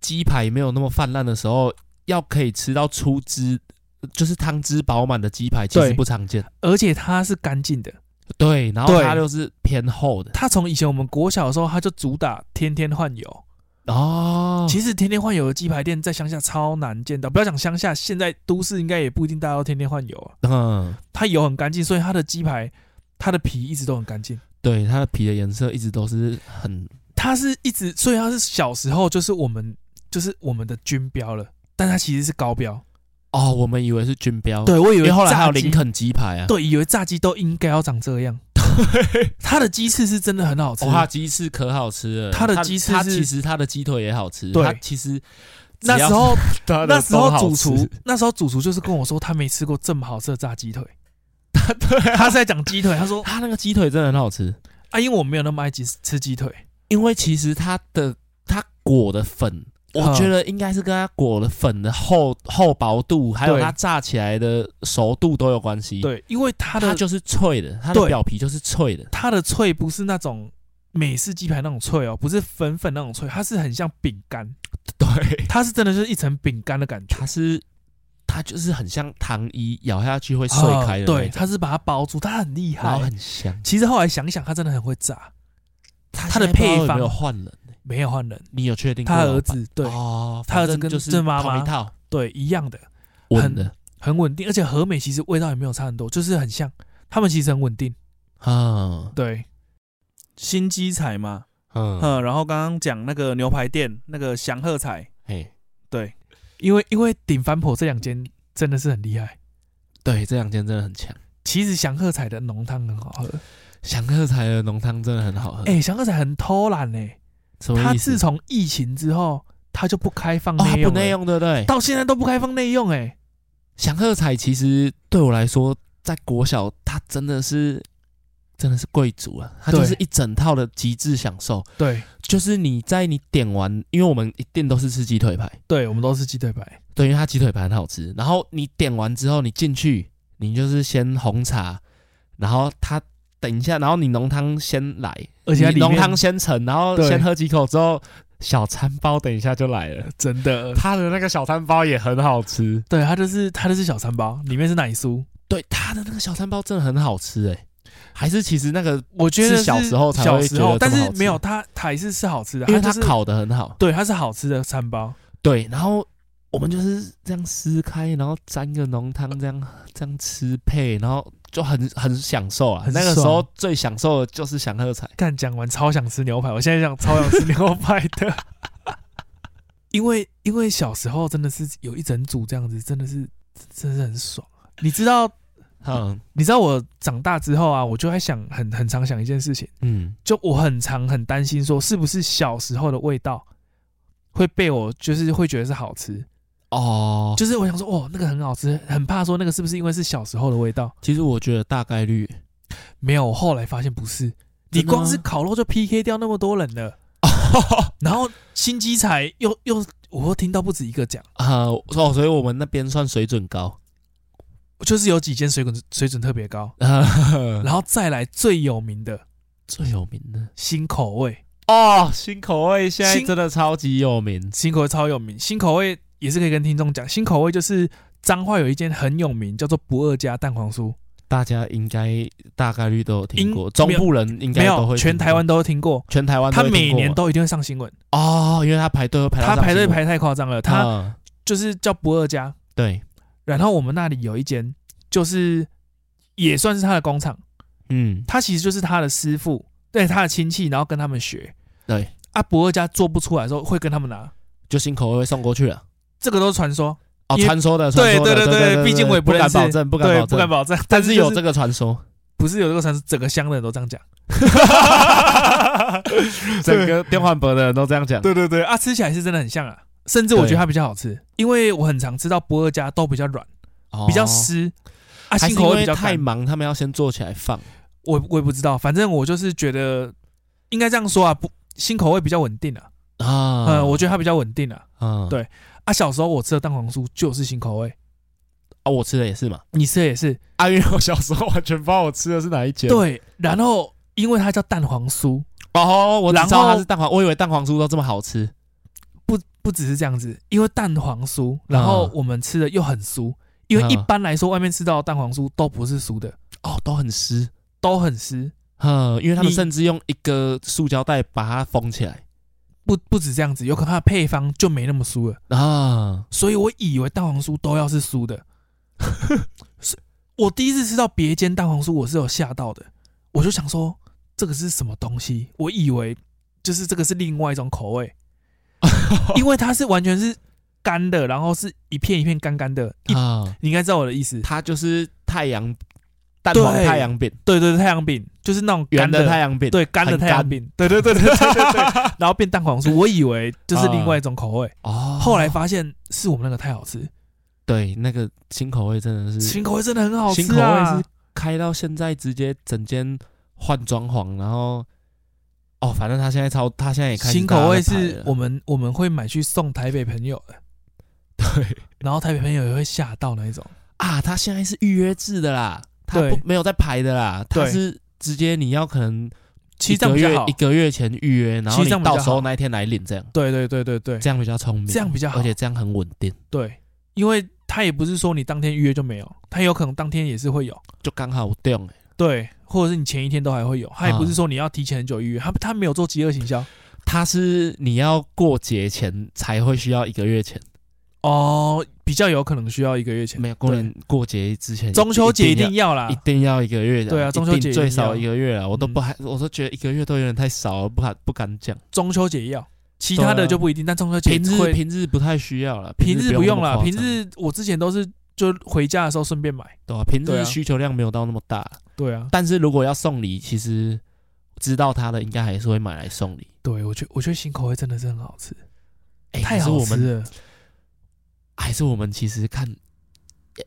Speaker 1: 鸡排没有那么泛滥的时候，要可以吃到出汁，就是汤汁饱满的鸡排，其实
Speaker 2: 对
Speaker 1: 不常见。
Speaker 2: 而且它是干净的。
Speaker 1: 对，然后
Speaker 2: 对
Speaker 1: 它又是偏厚的
Speaker 2: 他从以前我们国小的时候，他就主打天天换油。
Speaker 1: 哦。
Speaker 2: 其实天天换油的鸡排店在乡下超难见到，不要讲乡下，现在都市应该也不一定大家都天天换油啊。
Speaker 1: 嗯，
Speaker 2: 它油很干净，所以它的鸡排，它的皮一直都很干净。
Speaker 1: 对，它的皮的颜色一直都是很
Speaker 2: 它是一直，所以它是小时候就是我们就是我们的军标了，但它其实是高标。
Speaker 1: 哦，我们以为是军标，，
Speaker 2: 对我以
Speaker 1: 因
Speaker 2: 为
Speaker 1: 为后来还有
Speaker 2: 炸鸡
Speaker 1: 林，肯鸡排啊，
Speaker 2: 对，以为炸鸡都应该要长这样。它的鸡翅是真的很好 吃，
Speaker 1: 哦，它的鸡翅可好吃了，
Speaker 2: 它的鸡翅
Speaker 1: 它
Speaker 2: 是
Speaker 1: 其实它的鸡腿也好吃，
Speaker 2: 对
Speaker 1: 它其实
Speaker 2: 那时 候
Speaker 1: 只要是
Speaker 2: 那时
Speaker 1: 它的都
Speaker 2: 候
Speaker 1: 好
Speaker 2: 主
Speaker 1: 吃
Speaker 2: 厨，那时候主厨就是跟我说，他没吃过这么好吃的炸鸡腿。对、他是在讲鸡腿，他说
Speaker 1: 它那个鸡腿真的很好吃，
Speaker 2: 啊，因为我没有那么爱吃吃鸡腿，
Speaker 1: 因为其实它的它裹的粉，我
Speaker 2: 嗯
Speaker 1: 觉得应该是跟它裹的粉的厚厚薄度，还有
Speaker 2: 对
Speaker 1: 它炸起来的熟度都有关系。，
Speaker 2: 对，因为它
Speaker 1: 它
Speaker 2: 的
Speaker 1: 就是脆的，它的
Speaker 2: 对
Speaker 1: 表皮就是脆的。
Speaker 2: 它的脆不是那种美式鸡排那种脆哦，不是粉粉那种脆，它是很像饼干，
Speaker 1: 对，
Speaker 2: 它是真的就是一层饼干的感觉，
Speaker 1: 它是它就是很像糖衣，咬下去会碎开的
Speaker 2: 啊
Speaker 1: 那
Speaker 2: 对，
Speaker 1: 种，
Speaker 2: 它是把它包住，它很厉
Speaker 1: 然后
Speaker 2: 害。
Speaker 1: 很香。
Speaker 2: 其实后来想想，它真的很会炸，
Speaker 1: 它
Speaker 2: 它的
Speaker 1: 现在不知道
Speaker 2: 配
Speaker 1: 有
Speaker 2: 方
Speaker 1: 没有换人？
Speaker 2: 没有换人，
Speaker 1: 你有确定过
Speaker 2: 他
Speaker 1: 老板？
Speaker 2: 儿子对、
Speaker 1: 哦，
Speaker 2: 他
Speaker 1: 反
Speaker 2: 儿子
Speaker 1: 正
Speaker 2: 跟
Speaker 1: 就是
Speaker 2: 这妈
Speaker 1: 同
Speaker 2: 妈
Speaker 1: 一套
Speaker 2: 对一样的，
Speaker 1: 稳的
Speaker 2: 很稳定，而且和美其实味道也没有差很多，就是很像，他们其实很稳定。
Speaker 1: 啊，
Speaker 2: 对，新鸡彩嘛，
Speaker 3: 嗯，
Speaker 2: 嗯，然后刚刚讲那个牛排店那个祥鹤彩，
Speaker 3: 嘿，
Speaker 2: 对，因为因为鼎翻婆这两间真的是很厉害。
Speaker 1: 对，这两间真的很强。
Speaker 2: 其实祥鹤彩的浓汤很好喝，
Speaker 1: 祥鹤才的浓汤真的很好喝，
Speaker 2: 哎、祥鹤彩很偷懒呢、
Speaker 1: 嗯什么
Speaker 2: 他
Speaker 1: 意思？
Speaker 2: 自从疫情之后，他就不开放
Speaker 1: 哦，它
Speaker 2: 内
Speaker 1: 不
Speaker 2: 用、
Speaker 1: 内，用对不对？
Speaker 2: 到现在都不开放内用、哎，
Speaker 1: 祥鹤彩其实对我来说，在国小它真的是真的是贵族啊，它
Speaker 2: 对
Speaker 1: 就是一整套的极致享受。
Speaker 2: 对
Speaker 1: 就是你在你点完，因为我们一定都是吃鸡腿排，
Speaker 2: 对，我们都是鸡腿排，
Speaker 1: 对，因为它鸡腿排很好吃。然后你点完之后，你进去，你就是先红茶，然后他等一下，然后你浓汤先来，
Speaker 2: 而且它
Speaker 1: 你
Speaker 2: 里面
Speaker 1: 浓汤先盛，然后
Speaker 2: 对
Speaker 1: 先喝几口之后，小餐包等一下就来 了。
Speaker 2: 真的，
Speaker 1: 他的那个小餐包也很好吃，
Speaker 2: 对，它就是它就是小餐包，里面是奶酥。
Speaker 1: 对，他的那个小餐包真的很好吃哎、还是其实那个
Speaker 2: 我觉得
Speaker 1: 是小时候才
Speaker 2: 小
Speaker 1: 会
Speaker 2: 时
Speaker 1: 觉
Speaker 2: 候，
Speaker 1: 得
Speaker 2: 但
Speaker 1: 这么
Speaker 2: 是
Speaker 1: 好吃
Speaker 2: 没有它台式是好吃的，
Speaker 1: 因为
Speaker 2: 它
Speaker 1: 他
Speaker 2: 就是
Speaker 1: 烤的很好，
Speaker 2: 对，它是好吃的餐包。
Speaker 1: 对，然后我们就是这样撕开，然后沾个浓汤，这样这样吃配，然后就很很享受啊。
Speaker 2: 很
Speaker 1: 那个时
Speaker 2: 爽
Speaker 1: 候最享受的就是享乐彩，
Speaker 2: 干讲完超想吃牛排，我现在想超想吃牛排的，因为因为小时候真的是有一整组这样子，真的是真的是很爽。你知道
Speaker 1: 嗯
Speaker 2: 你知道我长大之后啊，我就在想很很常想一件事情，
Speaker 1: 嗯，
Speaker 2: 就我很常很担心说是不是小时候的味道会被我就是会觉得是好吃，
Speaker 1: 哦，就
Speaker 2: 就是我想说哦那个很好吃，很怕说那个是不是因为是小时候的味道？
Speaker 1: 其实我觉得大概率
Speaker 2: 没有，我后来发现不是，你
Speaker 1: 真的吗
Speaker 2: 光是烤肉就 PK 掉那么多人 了，然后新机材又又我又听到不止一个讲，
Speaker 1: 啊，哦，所以我们那边算水准高，
Speaker 2: 就是有几间水准水准特别高，
Speaker 1: 然
Speaker 2: 然后再来最有名的
Speaker 1: 最有名的
Speaker 2: 新口味，
Speaker 1: 哦，新口味现在
Speaker 2: 新
Speaker 1: 真的超级有名，
Speaker 2: 新口味超有名，新口味也是可以跟听众讲，新口味就是彰化有一间很有名叫做不二家蛋黄酥，
Speaker 1: 大家应该大概率都有听
Speaker 2: 应
Speaker 1: 过，中
Speaker 2: 没有
Speaker 1: 部人应
Speaker 2: 没
Speaker 1: 该都
Speaker 2: 有
Speaker 1: 会
Speaker 2: 全
Speaker 1: 听
Speaker 2: 台
Speaker 1: 过
Speaker 2: 湾都听过，
Speaker 1: 全台湾
Speaker 2: 他
Speaker 1: 会听
Speaker 2: 每
Speaker 1: 过
Speaker 2: 年
Speaker 1: 吗
Speaker 2: 都一定会上新闻，
Speaker 1: 哦，因为他排队会排到
Speaker 2: 他
Speaker 1: 上
Speaker 2: 排
Speaker 1: 新
Speaker 2: 队
Speaker 1: 闻
Speaker 2: 排太夸张了，他
Speaker 1: 嗯
Speaker 2: 就是叫不二家，
Speaker 1: 对，
Speaker 2: 然后我们那里有一间，就是也算是他的工厂，
Speaker 1: 嗯，
Speaker 2: 他其实就是他的师傅，对他的亲戚，然后跟他们学。
Speaker 1: 对，
Speaker 2: 啊，博二家做不出来的时候会跟他们拿，
Speaker 1: 就新口味送过去了。
Speaker 2: 这个都是传说。
Speaker 1: 哦，
Speaker 2: 因为
Speaker 1: 传说的，传
Speaker 2: 对
Speaker 1: 说的
Speaker 2: 对
Speaker 1: 对
Speaker 2: 对毕竟我也
Speaker 1: 不
Speaker 2: 不
Speaker 1: 敢
Speaker 2: 认识
Speaker 1: 保证，不敢
Speaker 2: 对
Speaker 1: 保，
Speaker 2: 不敢
Speaker 1: 证，
Speaker 2: 保证，
Speaker 1: 但是有
Speaker 2: 就
Speaker 1: 这个传说，
Speaker 2: 不是有这个传说，整个乡的人都这样讲。
Speaker 1: 整个电幻博的人都这样讲。
Speaker 2: 对对对，啊，吃起来是真的很像啊，甚至我觉得它比较好吃，因为我很常吃到博二家都比较软，
Speaker 1: 哦，
Speaker 2: 比较湿，啊，
Speaker 1: 还
Speaker 2: 新
Speaker 1: 是
Speaker 2: 口
Speaker 1: 因
Speaker 2: 味
Speaker 1: 为
Speaker 2: 比较
Speaker 1: 太
Speaker 2: 干。
Speaker 1: 忙，他们要先做起来放。
Speaker 2: 我我也不知道，反正我就是觉得应该这样说啊，不，新口味比较稳定啊。
Speaker 1: 啊，
Speaker 2: 嗯，我觉得它比较稳定啊。
Speaker 1: 嗯，
Speaker 2: 对啊，小时候我吃的蛋黄酥就是新口味，
Speaker 1: 啊，我吃的也是嘛。
Speaker 2: 你吃的也是。
Speaker 1: 啊，因为我小时候完全不知道我吃的是哪一间。，
Speaker 2: 对，然后因为它叫蛋黄酥，
Speaker 1: 哦，我只
Speaker 2: 然
Speaker 1: 知道它
Speaker 2: 后
Speaker 1: 是蛋黄，我以为蛋黄酥都这么好吃。
Speaker 2: 不不只是这样子，因为蛋黄酥，然后
Speaker 1: 嗯
Speaker 2: 我们吃的又很酥，因为一
Speaker 1: 嗯
Speaker 2: 般来说外面吃到的蛋黄酥都不是酥的，
Speaker 1: 哦，都很湿。
Speaker 2: 都很湿。
Speaker 1: 嗯，因为他们
Speaker 2: 你
Speaker 1: 甚至用一个塑胶袋把它封起来
Speaker 2: 不不止这样子，有可能它的配方就没那么酥了，
Speaker 1: 啊。
Speaker 2: 所以我以为蛋黄酥都要是酥 的。是我第一次吃到别间蛋黄酥，我是有吓到的，我就想说这个是什么东西？我以为就是这个是另外一种口味，
Speaker 1: 啊
Speaker 2: 因为它是完全是干的，然后是一片一片干干的。一
Speaker 1: 啊，
Speaker 2: 你应该知道我的意思，
Speaker 1: 它就是太阳蛋黄
Speaker 2: 对
Speaker 1: 太阳饼，
Speaker 2: 对对对，太阳饼就是那种
Speaker 1: 圆
Speaker 2: 干
Speaker 1: 的
Speaker 2: 的
Speaker 1: 太阳饼，
Speaker 2: 对干的
Speaker 1: 很
Speaker 2: 太阳
Speaker 1: 干
Speaker 2: 饼，对对对对对对 对，然后变蛋黄酥，我以为就是另外一种口味，
Speaker 1: 哦，
Speaker 2: 后来发现是我们那个太好吃，
Speaker 1: 对那个新口味真的是
Speaker 2: 新口味真的很好吃啊！
Speaker 1: 新口味是开到现在，直接整间换装潢，然后哦，反正他现在超，他现在也哎开始
Speaker 2: 新口味
Speaker 1: 大家在
Speaker 2: 是
Speaker 1: 排了
Speaker 2: 我们我们会买去送台北朋友的，
Speaker 1: 对
Speaker 2: 然后台北朋友也会吓到那一种。
Speaker 1: 啊，他现在是预约制的啦，他
Speaker 2: 对
Speaker 1: 不没有在排的啦，他
Speaker 2: 对
Speaker 1: 是直接你要可能
Speaker 2: 其
Speaker 1: 一
Speaker 2: 实这样
Speaker 1: 个
Speaker 2: 比较
Speaker 1: 月
Speaker 2: 好
Speaker 1: 一个月前预约，然
Speaker 2: 其
Speaker 1: 后
Speaker 2: 实
Speaker 1: 你
Speaker 2: 这样比较
Speaker 1: 到时候
Speaker 2: 好
Speaker 1: 那一天来领，这样
Speaker 2: 对对对对对，
Speaker 1: 这样比较聪明，
Speaker 2: 这样比较好
Speaker 1: 而且这样很稳定，
Speaker 2: 对，因为他也不是说你当天预约就没有，他有可能当天也是会有，
Speaker 1: 就刚好定欸
Speaker 2: 对，或者是你前一天都还会有，他也
Speaker 1: 啊
Speaker 2: 不是说你要提前很久预约，他他没有做饥饿行销
Speaker 1: 它是你要过节前才会需要一个月前，
Speaker 2: 哦，比较有可能需要一个月前，
Speaker 1: 没有过年过节之前，
Speaker 2: 中秋节一
Speaker 1: 一
Speaker 2: 定要啦
Speaker 1: 要一，定要一个月的，
Speaker 2: 对啊
Speaker 1: 一定
Speaker 2: 中秋节一定要嗯
Speaker 1: 最少一个月啊了，我都不还，我都觉得一个月都有点太少了，不敢不敢讲。
Speaker 2: 中秋节要，其他
Speaker 1: 对
Speaker 2: 的
Speaker 1: 啊
Speaker 2: 就不一定，但中秋节
Speaker 1: 平日
Speaker 2: 会
Speaker 1: 平日不太需要了，
Speaker 2: 平日
Speaker 1: 日
Speaker 2: 不用
Speaker 1: 了
Speaker 2: 啦，，平日我之前都是就回家的时候顺便买，
Speaker 1: 对啊，平
Speaker 2: 对
Speaker 1: 日
Speaker 2: 啊
Speaker 1: 需求量没有到那么大，
Speaker 2: 对啊，
Speaker 1: 但是如果要送礼，其实知道他的应该还是会买来送礼。
Speaker 2: 对我觉得我觉得新口味真的是很好吃，
Speaker 1: 哎
Speaker 2: 太
Speaker 1: 可是
Speaker 2: 好
Speaker 1: 我
Speaker 2: 吃
Speaker 1: 们
Speaker 2: 了。
Speaker 1: 还是我们其实看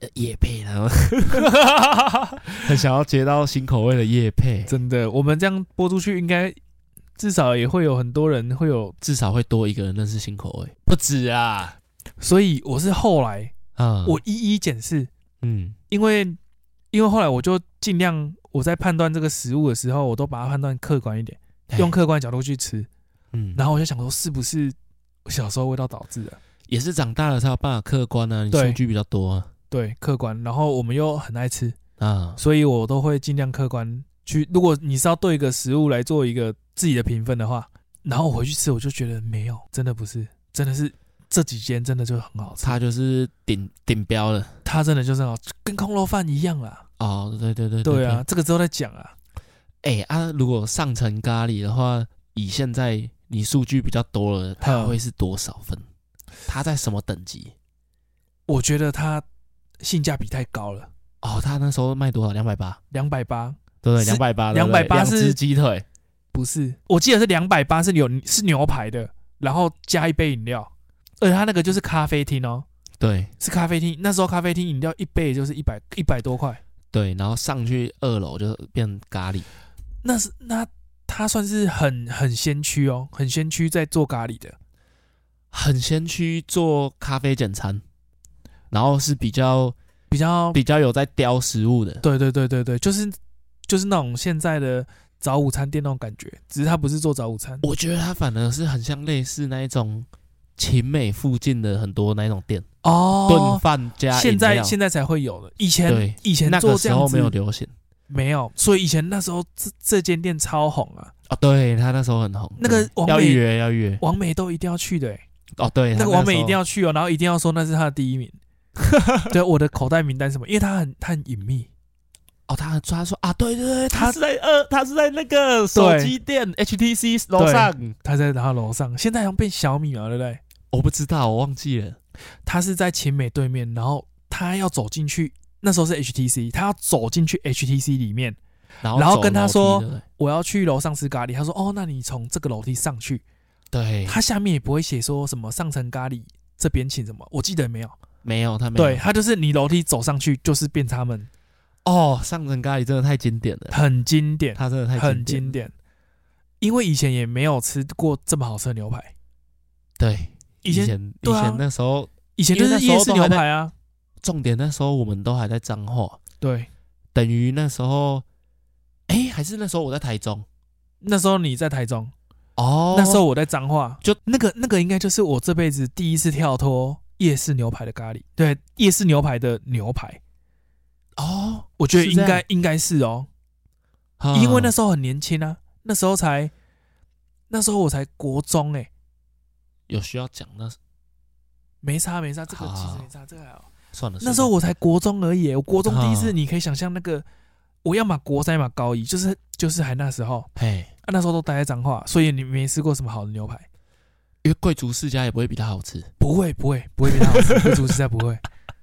Speaker 1: 呃叶配， 然后很想要接到新口味的叶配，
Speaker 2: 真的，我们这样播出去，应该至少也会有很多人会有。
Speaker 1: 至少会多一个人认识新口味，不止啊。
Speaker 2: 所以我是后来
Speaker 1: 啊，
Speaker 2: 我一一检视，
Speaker 1: 嗯
Speaker 2: 因为因为后来我就尽量我在判断这个食物的时候，我都把它判断客观一点，
Speaker 1: 嘿
Speaker 2: 用客观的角度去吃。
Speaker 1: 嗯，
Speaker 2: 然后我就想说，是不是我小时候味道导致的？
Speaker 1: 也是长大了才有办法客观啊，你
Speaker 2: 对
Speaker 1: 数据比较多啊，
Speaker 2: 对，客观。然后我们又很爱吃，
Speaker 1: 啊，
Speaker 2: 所以我都会尽量客观去。如果你是要对一个食物来做一个自己的评分的话，然后我回去吃，我就觉得没有，真的不是，真的是这几间真的就很好吃，
Speaker 1: 它就是顶顶标了。
Speaker 2: 它真的就是很好，跟空肉饭一样啦。
Speaker 1: 哦，对对对
Speaker 2: 对啊，，这个之后再讲啊。
Speaker 1: 哎、啊，如果上层咖喱的话，以现在你数据比较多了，它
Speaker 2: 嗯
Speaker 1: 会是多少分？它在什么等级？
Speaker 2: 我觉得它性价比太高了，
Speaker 1: 哦，它那时候卖多少？两百八，
Speaker 2: 两百八
Speaker 1: 对不对？
Speaker 2: 是
Speaker 1: 两百八，
Speaker 2: 280
Speaker 1: 两
Speaker 2: 是
Speaker 1: 只鸡腿，
Speaker 2: 不是，我记得是两百八是牛是牛排的，然后加一杯饮料，而且它那个就是咖啡厅哦，
Speaker 1: 对
Speaker 2: 是咖啡厅。那时候咖啡厅饮料一杯也就是一百一百多块，
Speaker 1: 对，然后上去二楼就变咖喱，
Speaker 2: 那是那它算是很很先驱哦，很先驱在做咖喱的。
Speaker 1: 很先去做咖啡简餐，然后是比较
Speaker 2: 比较
Speaker 1: 比较有在雕食物的，
Speaker 2: 对对对对对，就是就是那种现在的早午餐店那种感觉，只是它不是做早午餐。
Speaker 1: 我觉得它反而是很像类似那一种秦美附近的很多那一种店，
Speaker 2: 哦
Speaker 1: 炖饭加饮
Speaker 2: 现在
Speaker 1: 料
Speaker 2: 现在才会有的，以前
Speaker 1: 对
Speaker 2: 以前
Speaker 1: 那
Speaker 2: 做
Speaker 1: 个
Speaker 2: 这
Speaker 1: 时
Speaker 2: 样
Speaker 1: 候
Speaker 2: 子
Speaker 1: 没有流行
Speaker 2: 没有，所以以前那时候这这间店超红啊，
Speaker 1: 哦，对他那时候很红，
Speaker 2: 那个
Speaker 1: 对
Speaker 2: 王美
Speaker 1: 要预约要预约
Speaker 2: 王美都一定要去的、欸，
Speaker 1: 哦，对，
Speaker 2: 那个
Speaker 1: 他
Speaker 2: 王美
Speaker 1: 时
Speaker 2: 一
Speaker 1: 候
Speaker 2: 定要去哦，然后一定要说那是他的第 一名。对，我的口袋名单是什么？因为他很他很隐秘，
Speaker 1: 哦，他他说啊，对对对，
Speaker 2: 他
Speaker 1: 他是在呃，他是在那个手机店 HTC 楼上，
Speaker 2: 他在他楼上，现在好像变小米了，对不对？
Speaker 1: 我不知道，我忘记了，
Speaker 2: 他是在秦美对面，然后他要走进去，那时候是 HTC，他要走进去 HTC 里面，
Speaker 1: 然后
Speaker 2: 然
Speaker 1: 然
Speaker 2: 后跟他说
Speaker 1: 对
Speaker 2: 我要去楼上吃咖喱，他说哦，那你从这个楼梯上去，
Speaker 1: 对
Speaker 2: 他下面也不会写说什么上层咖喱这边请什么，我记得没有，
Speaker 1: 没有他没有
Speaker 2: 对他就是你楼梯走上去就是变他们
Speaker 1: 哦，上层咖喱真的太经典了，
Speaker 2: 很经典，
Speaker 1: 他真的太
Speaker 2: 很
Speaker 1: 经
Speaker 2: 经
Speaker 1: 典了，
Speaker 2: 典，因为以前也没有吃过这么好吃的牛排，
Speaker 1: 对，
Speaker 2: 以
Speaker 1: 以
Speaker 2: 前
Speaker 1: 前以
Speaker 2: 对啊
Speaker 1: 前那时候，
Speaker 2: 以前就
Speaker 1: 因
Speaker 2: 是
Speaker 1: 为那时候
Speaker 2: 夜市
Speaker 1: 都
Speaker 2: 牛
Speaker 1: 还在
Speaker 2: 排啊，
Speaker 1: 重点那时候我们都还在彰化，
Speaker 2: 对，
Speaker 1: 等于那时候，哎，还是那时候我在台中
Speaker 2: 那时候你在台中，
Speaker 1: 哦，
Speaker 2: 那时候我在彰化，
Speaker 1: 就
Speaker 2: 那个那个应该就是我这辈子第一次跳脱夜市牛排的咖喱，对，夜市牛排的牛排，
Speaker 1: 哦，
Speaker 2: 我觉得应
Speaker 1: 是这
Speaker 2: 该
Speaker 1: 样
Speaker 2: 应该是哦，
Speaker 1: 啊
Speaker 2: 因为那时候很年轻啊，那时候才那时候我才国中哎、
Speaker 1: 有需要讲那
Speaker 2: 没差没差，这个其
Speaker 1: 好
Speaker 2: 实没差，这个还好。
Speaker 1: 算了，
Speaker 2: 那时候
Speaker 1: 我
Speaker 2: 我才国中而已欸、我国中第一次，
Speaker 1: 啊
Speaker 2: 你可以想象那个，我要么国三，要么高一，就是就是还那时候
Speaker 1: 嘿，
Speaker 2: 啊，那时候都待在彰化，所以你没吃过什么好的牛排，
Speaker 1: 因为贵族世家也不会比它好吃
Speaker 2: 不会不会不会比它好吃，贵族实在不会，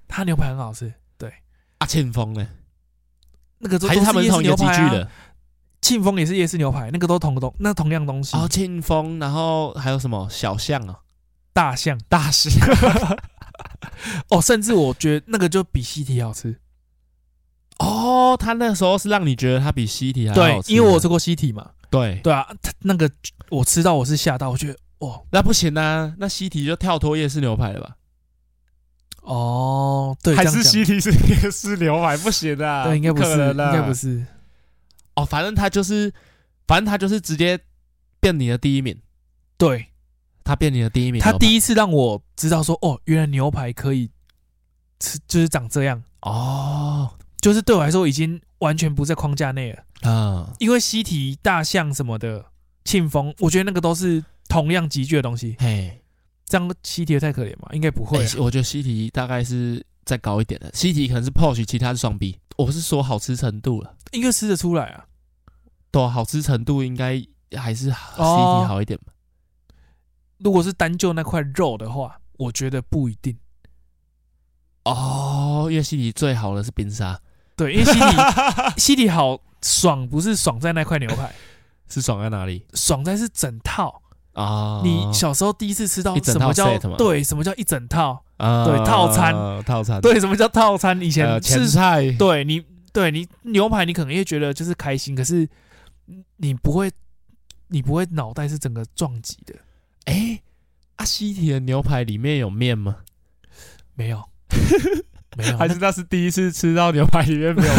Speaker 2: 它牛排很好吃，
Speaker 1: 啊。庆丰呢？
Speaker 2: 那个都
Speaker 1: 还
Speaker 2: 都
Speaker 1: 他们
Speaker 2: 夜市
Speaker 1: 同一个
Speaker 2: 牛
Speaker 1: 集
Speaker 2: 排
Speaker 1: 聚
Speaker 2: 啊，
Speaker 1: 的？
Speaker 2: 庆丰也是夜市牛排，那个都同东那同样东西，
Speaker 1: 哦，庆丰，然后还有什么小象啊，
Speaker 2: 大象
Speaker 1: 大象
Speaker 2: 哦，甚至我觉得那个就比西提好吃，
Speaker 1: 哦，他那时候是让你觉得它比西提还好吃的，
Speaker 2: 因为我吃过西提嘛，
Speaker 1: 对，
Speaker 2: 对啊，它那个我吃到我是吓到，我觉得哇
Speaker 1: 那不行啊，那西提就跳脱夜市牛排了吧？
Speaker 2: 哦，对，这样讲
Speaker 1: 提是夜市牛排不行啊
Speaker 2: 对，应该不
Speaker 1: 可能
Speaker 2: 是，应
Speaker 1: 啊
Speaker 2: 该不是，
Speaker 1: 哦，反正他就是，反正他就是直接变你的第一名，
Speaker 2: 对。
Speaker 1: 他变你的第一名牛排，
Speaker 2: 他第
Speaker 1: 一
Speaker 2: 一次让我知道说，哦，原来牛排可以吃，就是长这样，
Speaker 1: 哦，
Speaker 2: 就是对我来说已经完全不在框架内了。
Speaker 1: 啊，
Speaker 2: 因为西提、大象什么的，庆丰，我觉得那个都是同样集聚的东西。
Speaker 1: 嘿，
Speaker 2: 这样西提的太可怜嘛，应该不会啊、
Speaker 1: 欸我觉得西提大概是再高一点的，西提可能是 Posh，其他是双 B。我是说好吃程度了，
Speaker 2: 应该吃得出来啊。
Speaker 1: 对啊、好吃程度应该还是西提
Speaker 2: 哦
Speaker 1: 好一点吧。
Speaker 2: 如果是单就那块肉的话，我觉得不一定。
Speaker 1: 哦，因为西提最好的是冰沙，
Speaker 2: 对，因为西提西提好爽，不是爽在那块牛排，
Speaker 1: 是爽在哪里
Speaker 2: 爽在是整套。
Speaker 1: 啊？
Speaker 2: 你小时候第一次吃到
Speaker 1: 一整
Speaker 2: 什么
Speaker 1: 套
Speaker 2: 叫
Speaker 1: set 吗
Speaker 2: 对什么叫一整套？
Speaker 1: 啊
Speaker 2: 对套餐
Speaker 1: 套餐
Speaker 2: 对，什么叫套餐？以前
Speaker 1: 呃前
Speaker 2: 是
Speaker 1: 菜
Speaker 2: 对你，对你牛排，你可能也觉得就是开心，可是你不会，你不会脑袋是整个撞击的，
Speaker 1: 哎、 啊，西提的牛排里面有面吗？
Speaker 2: 没有。
Speaker 1: 没有，
Speaker 4: 还是那是第一次吃到牛排里面没 有？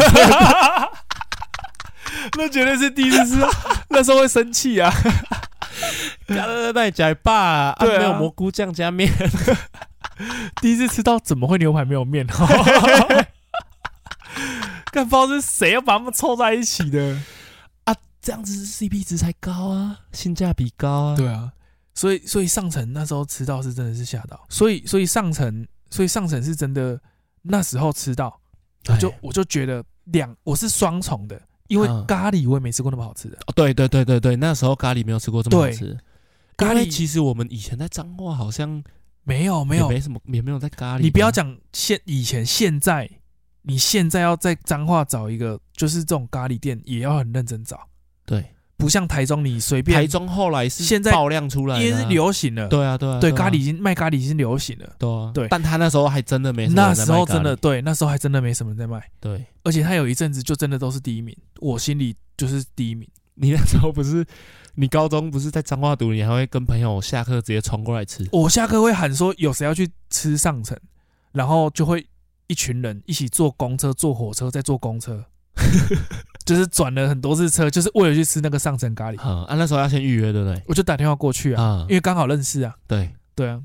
Speaker 2: 那绝对是第一次吃啊，那时候会生气啊。
Speaker 3: 那那假爸啊，
Speaker 2: 对啊
Speaker 3: 没有蘑菇酱加面，
Speaker 2: 第一次吃到怎么会牛排没有面？ 干不知道是谁要把他们凑在一起的。
Speaker 1: 这样子 CP 值才高啊。
Speaker 3: 性价比高啊。
Speaker 2: 对啊，所以所以上层那时候吃到是真的是吓到，所以所以上层所以上层是真的那时候吃到，我就
Speaker 1: 哎
Speaker 2: 我就觉得两我是双重的，因为
Speaker 1: 嗯
Speaker 2: 咖喱我也没吃过那么好吃的，
Speaker 1: 哦对对对对对，那时候咖喱没有吃过这么好
Speaker 2: 对
Speaker 1: 吃。
Speaker 2: 咖
Speaker 1: 咖
Speaker 2: 喱
Speaker 1: 喱其实我们以前在彰化好像
Speaker 2: 没有没
Speaker 1: 也
Speaker 2: 有，
Speaker 1: 没什么，也没有在咖喱。
Speaker 2: 你不要，讲现以前现在，你现在要在彰化找一个就是这种咖喱店，也要很认真找，
Speaker 1: 对，
Speaker 2: 不像台中你随便，
Speaker 1: 台中后来是
Speaker 2: 现在
Speaker 1: 爆量出来的啊，
Speaker 2: 因为是流行了，
Speaker 1: 对啊对啊
Speaker 2: 对
Speaker 1: 啊
Speaker 2: 咖喱已经卖咖喱已经流行了，
Speaker 1: 对啊
Speaker 2: 对
Speaker 1: 但他那时候还真的没什么
Speaker 2: 那
Speaker 1: 人在卖
Speaker 2: 时候真的
Speaker 1: 咖喱
Speaker 2: 对那时候还真的没什么人在卖。
Speaker 1: 对，
Speaker 2: 而且他有一阵子就真的都是第一名，我心里就是第一名。
Speaker 1: 你那时候不是你高中不是在彰化读，你还会跟朋友下课直接冲过来吃。
Speaker 2: 我下课会喊说有谁要去吃上层，然后就会一群人一起坐公车、坐火车，再坐公车， 就是转了很多次车，就是为了去吃那个上层咖喱。
Speaker 1: 嗯，啊，那时候要先预约，对不对？
Speaker 2: 我就打电话过去啊，
Speaker 1: 啊
Speaker 2: 因，为刚好认识啊，
Speaker 1: 对，
Speaker 2: 对啊，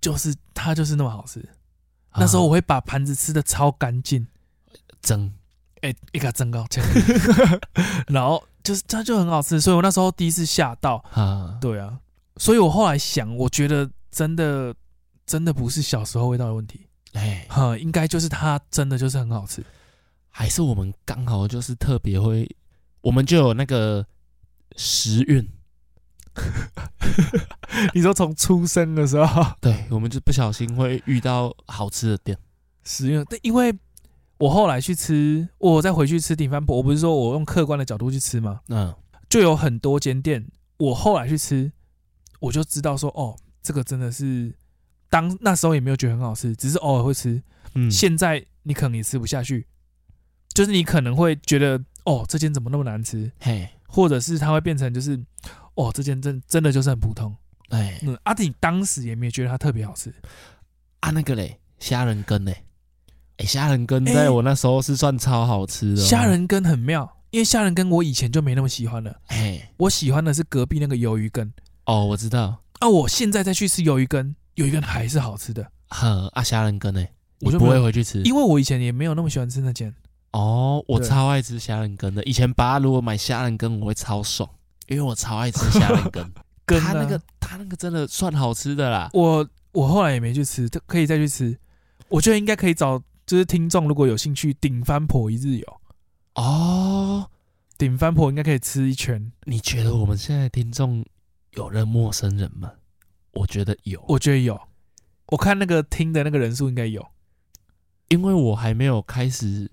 Speaker 2: 就是它就是那么好吃。那时候我
Speaker 1: 啊
Speaker 2: 会把盘子吃的超干净，
Speaker 1: 蒸，
Speaker 2: 哎、一个增高这样， 然后就是它就很好吃，所以我那时候第一次吓到，
Speaker 1: 啊，
Speaker 2: 对啊，所以我后来想，我觉得真的真的不是小时候味道的问题，
Speaker 1: 哎，
Speaker 2: 哈，应该就是它真的就是很好吃。
Speaker 1: 还是我们刚好就是特别会，我们就有那个时运，
Speaker 2: 你说从出生的时候
Speaker 1: 对，我们就不小心会遇到好吃的店，
Speaker 2: 使用，但因为我后来去吃，我再回去吃鼎翻婆，我不是说我用客观的角度去吃吗？
Speaker 1: 嗯，
Speaker 2: 就有很多间店，我后来去吃，我就知道说，哦，这个真的是当那时候也没有觉得很好吃，只是偶尔会吃，
Speaker 1: 嗯
Speaker 2: 现在你可能也吃不下去，就是你可能会觉得，哦，这间怎么那么难吃？
Speaker 1: 嘿，
Speaker 2: 或者是它会变成就是，哦，这件真真的就是很普通。
Speaker 1: 哎，
Speaker 2: 嗯，阿、啊、弟当时也没有觉得它特别好吃，
Speaker 1: 啊那个嘞，虾仁羹嘞，哎，虾仁羹
Speaker 2: 哎
Speaker 1: 在我那时候是算超好吃的哦，
Speaker 2: 虾仁羹很妙，因为虾仁羹我以前就没那么喜欢了，
Speaker 1: 嘿，
Speaker 2: 我喜欢的是隔壁那个鱿鱼羹。
Speaker 1: 哦，我知道，
Speaker 2: 啊，我现在再去吃鱿鱼羹，鱿鱼羹还是好吃的，
Speaker 1: 呵，啊虾仁羹嘞，
Speaker 2: 我
Speaker 1: 你
Speaker 2: 就
Speaker 1: 不
Speaker 2: 没
Speaker 1: 会
Speaker 2: 有，
Speaker 1: 回去吃，
Speaker 2: 因为我以前也没有那么喜欢吃那间。
Speaker 1: 哦，我
Speaker 2: 对
Speaker 1: 超爱吃虾仁羹的。以前爸如果买虾仁羹，我会超爽，因为我超爱吃虾仁羹。
Speaker 2: 羹啊
Speaker 1: 他那个他那个真的算好吃的啦。
Speaker 2: 我我后来也没去吃，这可以再去吃。我觉得应该可以找，就是听众如果有兴趣，顶翻婆一日游，
Speaker 1: 哦，
Speaker 2: 顶翻婆应该可以吃一圈。
Speaker 1: 你觉得我们现在的听众有认陌生人吗？我觉得有，
Speaker 2: 我觉得有，我看那个听的那个人数应该有。
Speaker 1: 因为我还没有开始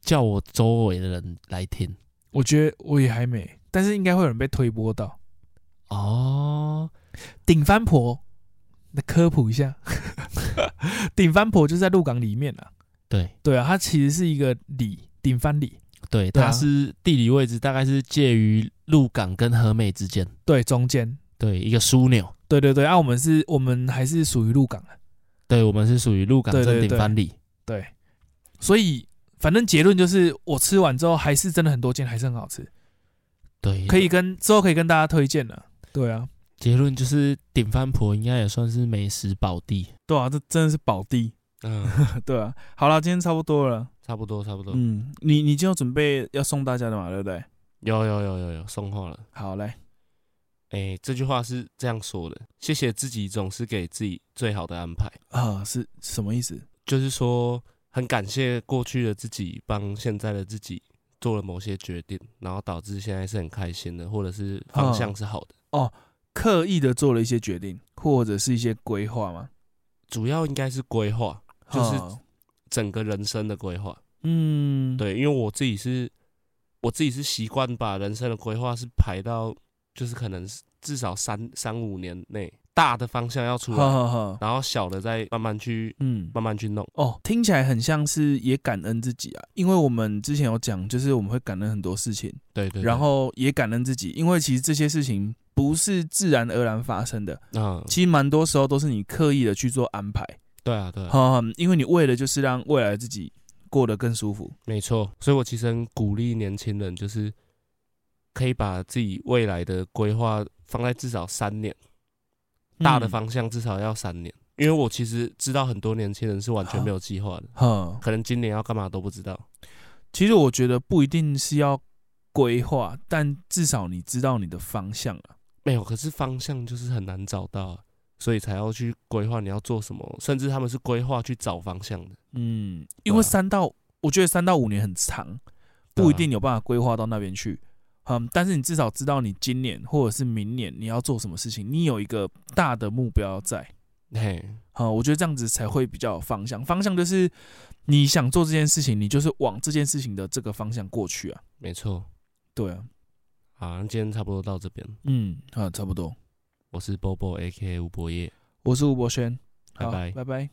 Speaker 1: 叫我周围的人来听。
Speaker 2: 我觉得我也还没，但是应该会有人被推播到。
Speaker 1: 哦，
Speaker 2: 顶翻婆，那科普一下， 顶翻婆就是在鹿港里面啊。
Speaker 1: 对
Speaker 2: 对啊，它其实是一个里，顶翻里，
Speaker 1: 对，
Speaker 2: 对啊
Speaker 1: 它是地理位置大概是介于鹿港跟和美之间，
Speaker 2: 对，中间。
Speaker 1: 对一个枢纽。
Speaker 2: 对对对，啊，我们是，我们还是属于鹿港啊。
Speaker 1: 对，我们是属于鹿港
Speaker 2: 对对
Speaker 1: 镇顶
Speaker 2: 对
Speaker 1: 番里。
Speaker 2: 对，所以反正结论就是，我吃完之后还是真的很多间，还是很好吃，
Speaker 1: 对，
Speaker 2: 可以跟之后可以跟大家推荐了、对啊，
Speaker 1: 结论就是，顶番婆应该也算是美食宝地。
Speaker 2: 对啊，这真的是宝地。
Speaker 3: 嗯，
Speaker 4: 对啊，好了，今天差不多了。
Speaker 3: 差不多差不多。
Speaker 4: 嗯，你你今天有准备要送大家的嘛，对不对？
Speaker 3: 有有有有有送话了。
Speaker 4: 好，来，
Speaker 3: 哎，这句话是这样说的：谢谢自己总是给自己最好的安排。
Speaker 4: 啊，是什么意思？
Speaker 3: 就是说很感谢过去的自己帮现在的自己做了某些决定，然后导致现在是很开心的，或者是方向是好的。
Speaker 4: 刻意的做了一些决定，或者是一些规划吗？
Speaker 3: 主要应该是规划，就是
Speaker 4: 啊
Speaker 3: 整个人生的规划。
Speaker 4: 嗯，，
Speaker 3: 对，因为我自己是，我自己是习惯把人生的规划是排到，就是可能是至少三三五年内大的方向要出
Speaker 4: 好
Speaker 3: 来，
Speaker 4: 好好，
Speaker 3: 然后小的再慢慢去
Speaker 4: 嗯。
Speaker 3: 慢慢去弄。
Speaker 4: 哦，听起来很像是也感恩自己啊，因为我们之前有讲，就是我们会感恩很多事情，
Speaker 3: 对对对
Speaker 4: 然后也感恩自己，因为其实这些事情不是自然而然发生的，
Speaker 3: 嗯，
Speaker 4: 其实蛮多时候都是你刻意的去做安排，
Speaker 1: 对啊，对啊，
Speaker 2: 嗯，因为你为了就是让未来自己过得更舒服，
Speaker 1: 没错。所以我其实很鼓励年轻人，就是可以把自己未来的规划放在至少三年，大的
Speaker 2: 嗯，
Speaker 1: 方向至少要三年。因为我其实知道很多年轻人是完全没有计划的，
Speaker 2: 嗯，
Speaker 1: 可能今年要干嘛都不知道。
Speaker 2: 其实我觉得不一定是要规划，但至少你知道你的方向啊。
Speaker 1: 没有，可是方向就是很难找到啊，所以才要去规划你要做什么，甚至他们是规划去找方向的。
Speaker 2: 嗯，
Speaker 1: 对
Speaker 2: 因
Speaker 1: 啊
Speaker 2: 为三到、我觉得三到五年很长，
Speaker 1: 对啊
Speaker 2: 不一定有办法规划到那边去。嗯，但是你至少知道你今年或者是明年你要做什么事情，你有一个大的目标在。
Speaker 1: 嘿，
Speaker 2: 啊、我觉得这样子才会比较有方向。方向就是你想做这件事情，你就是往这件事情的这个方向过去啊。
Speaker 1: 没错。
Speaker 2: 对啊，
Speaker 1: 好，那今天差不多到这边，
Speaker 2: 嗯，啊，差不多。
Speaker 1: 我是 Bobo A K A 吴博业，
Speaker 2: 我是吴博轩，
Speaker 1: 拜
Speaker 2: 好
Speaker 1: 拜。
Speaker 2: 拜拜。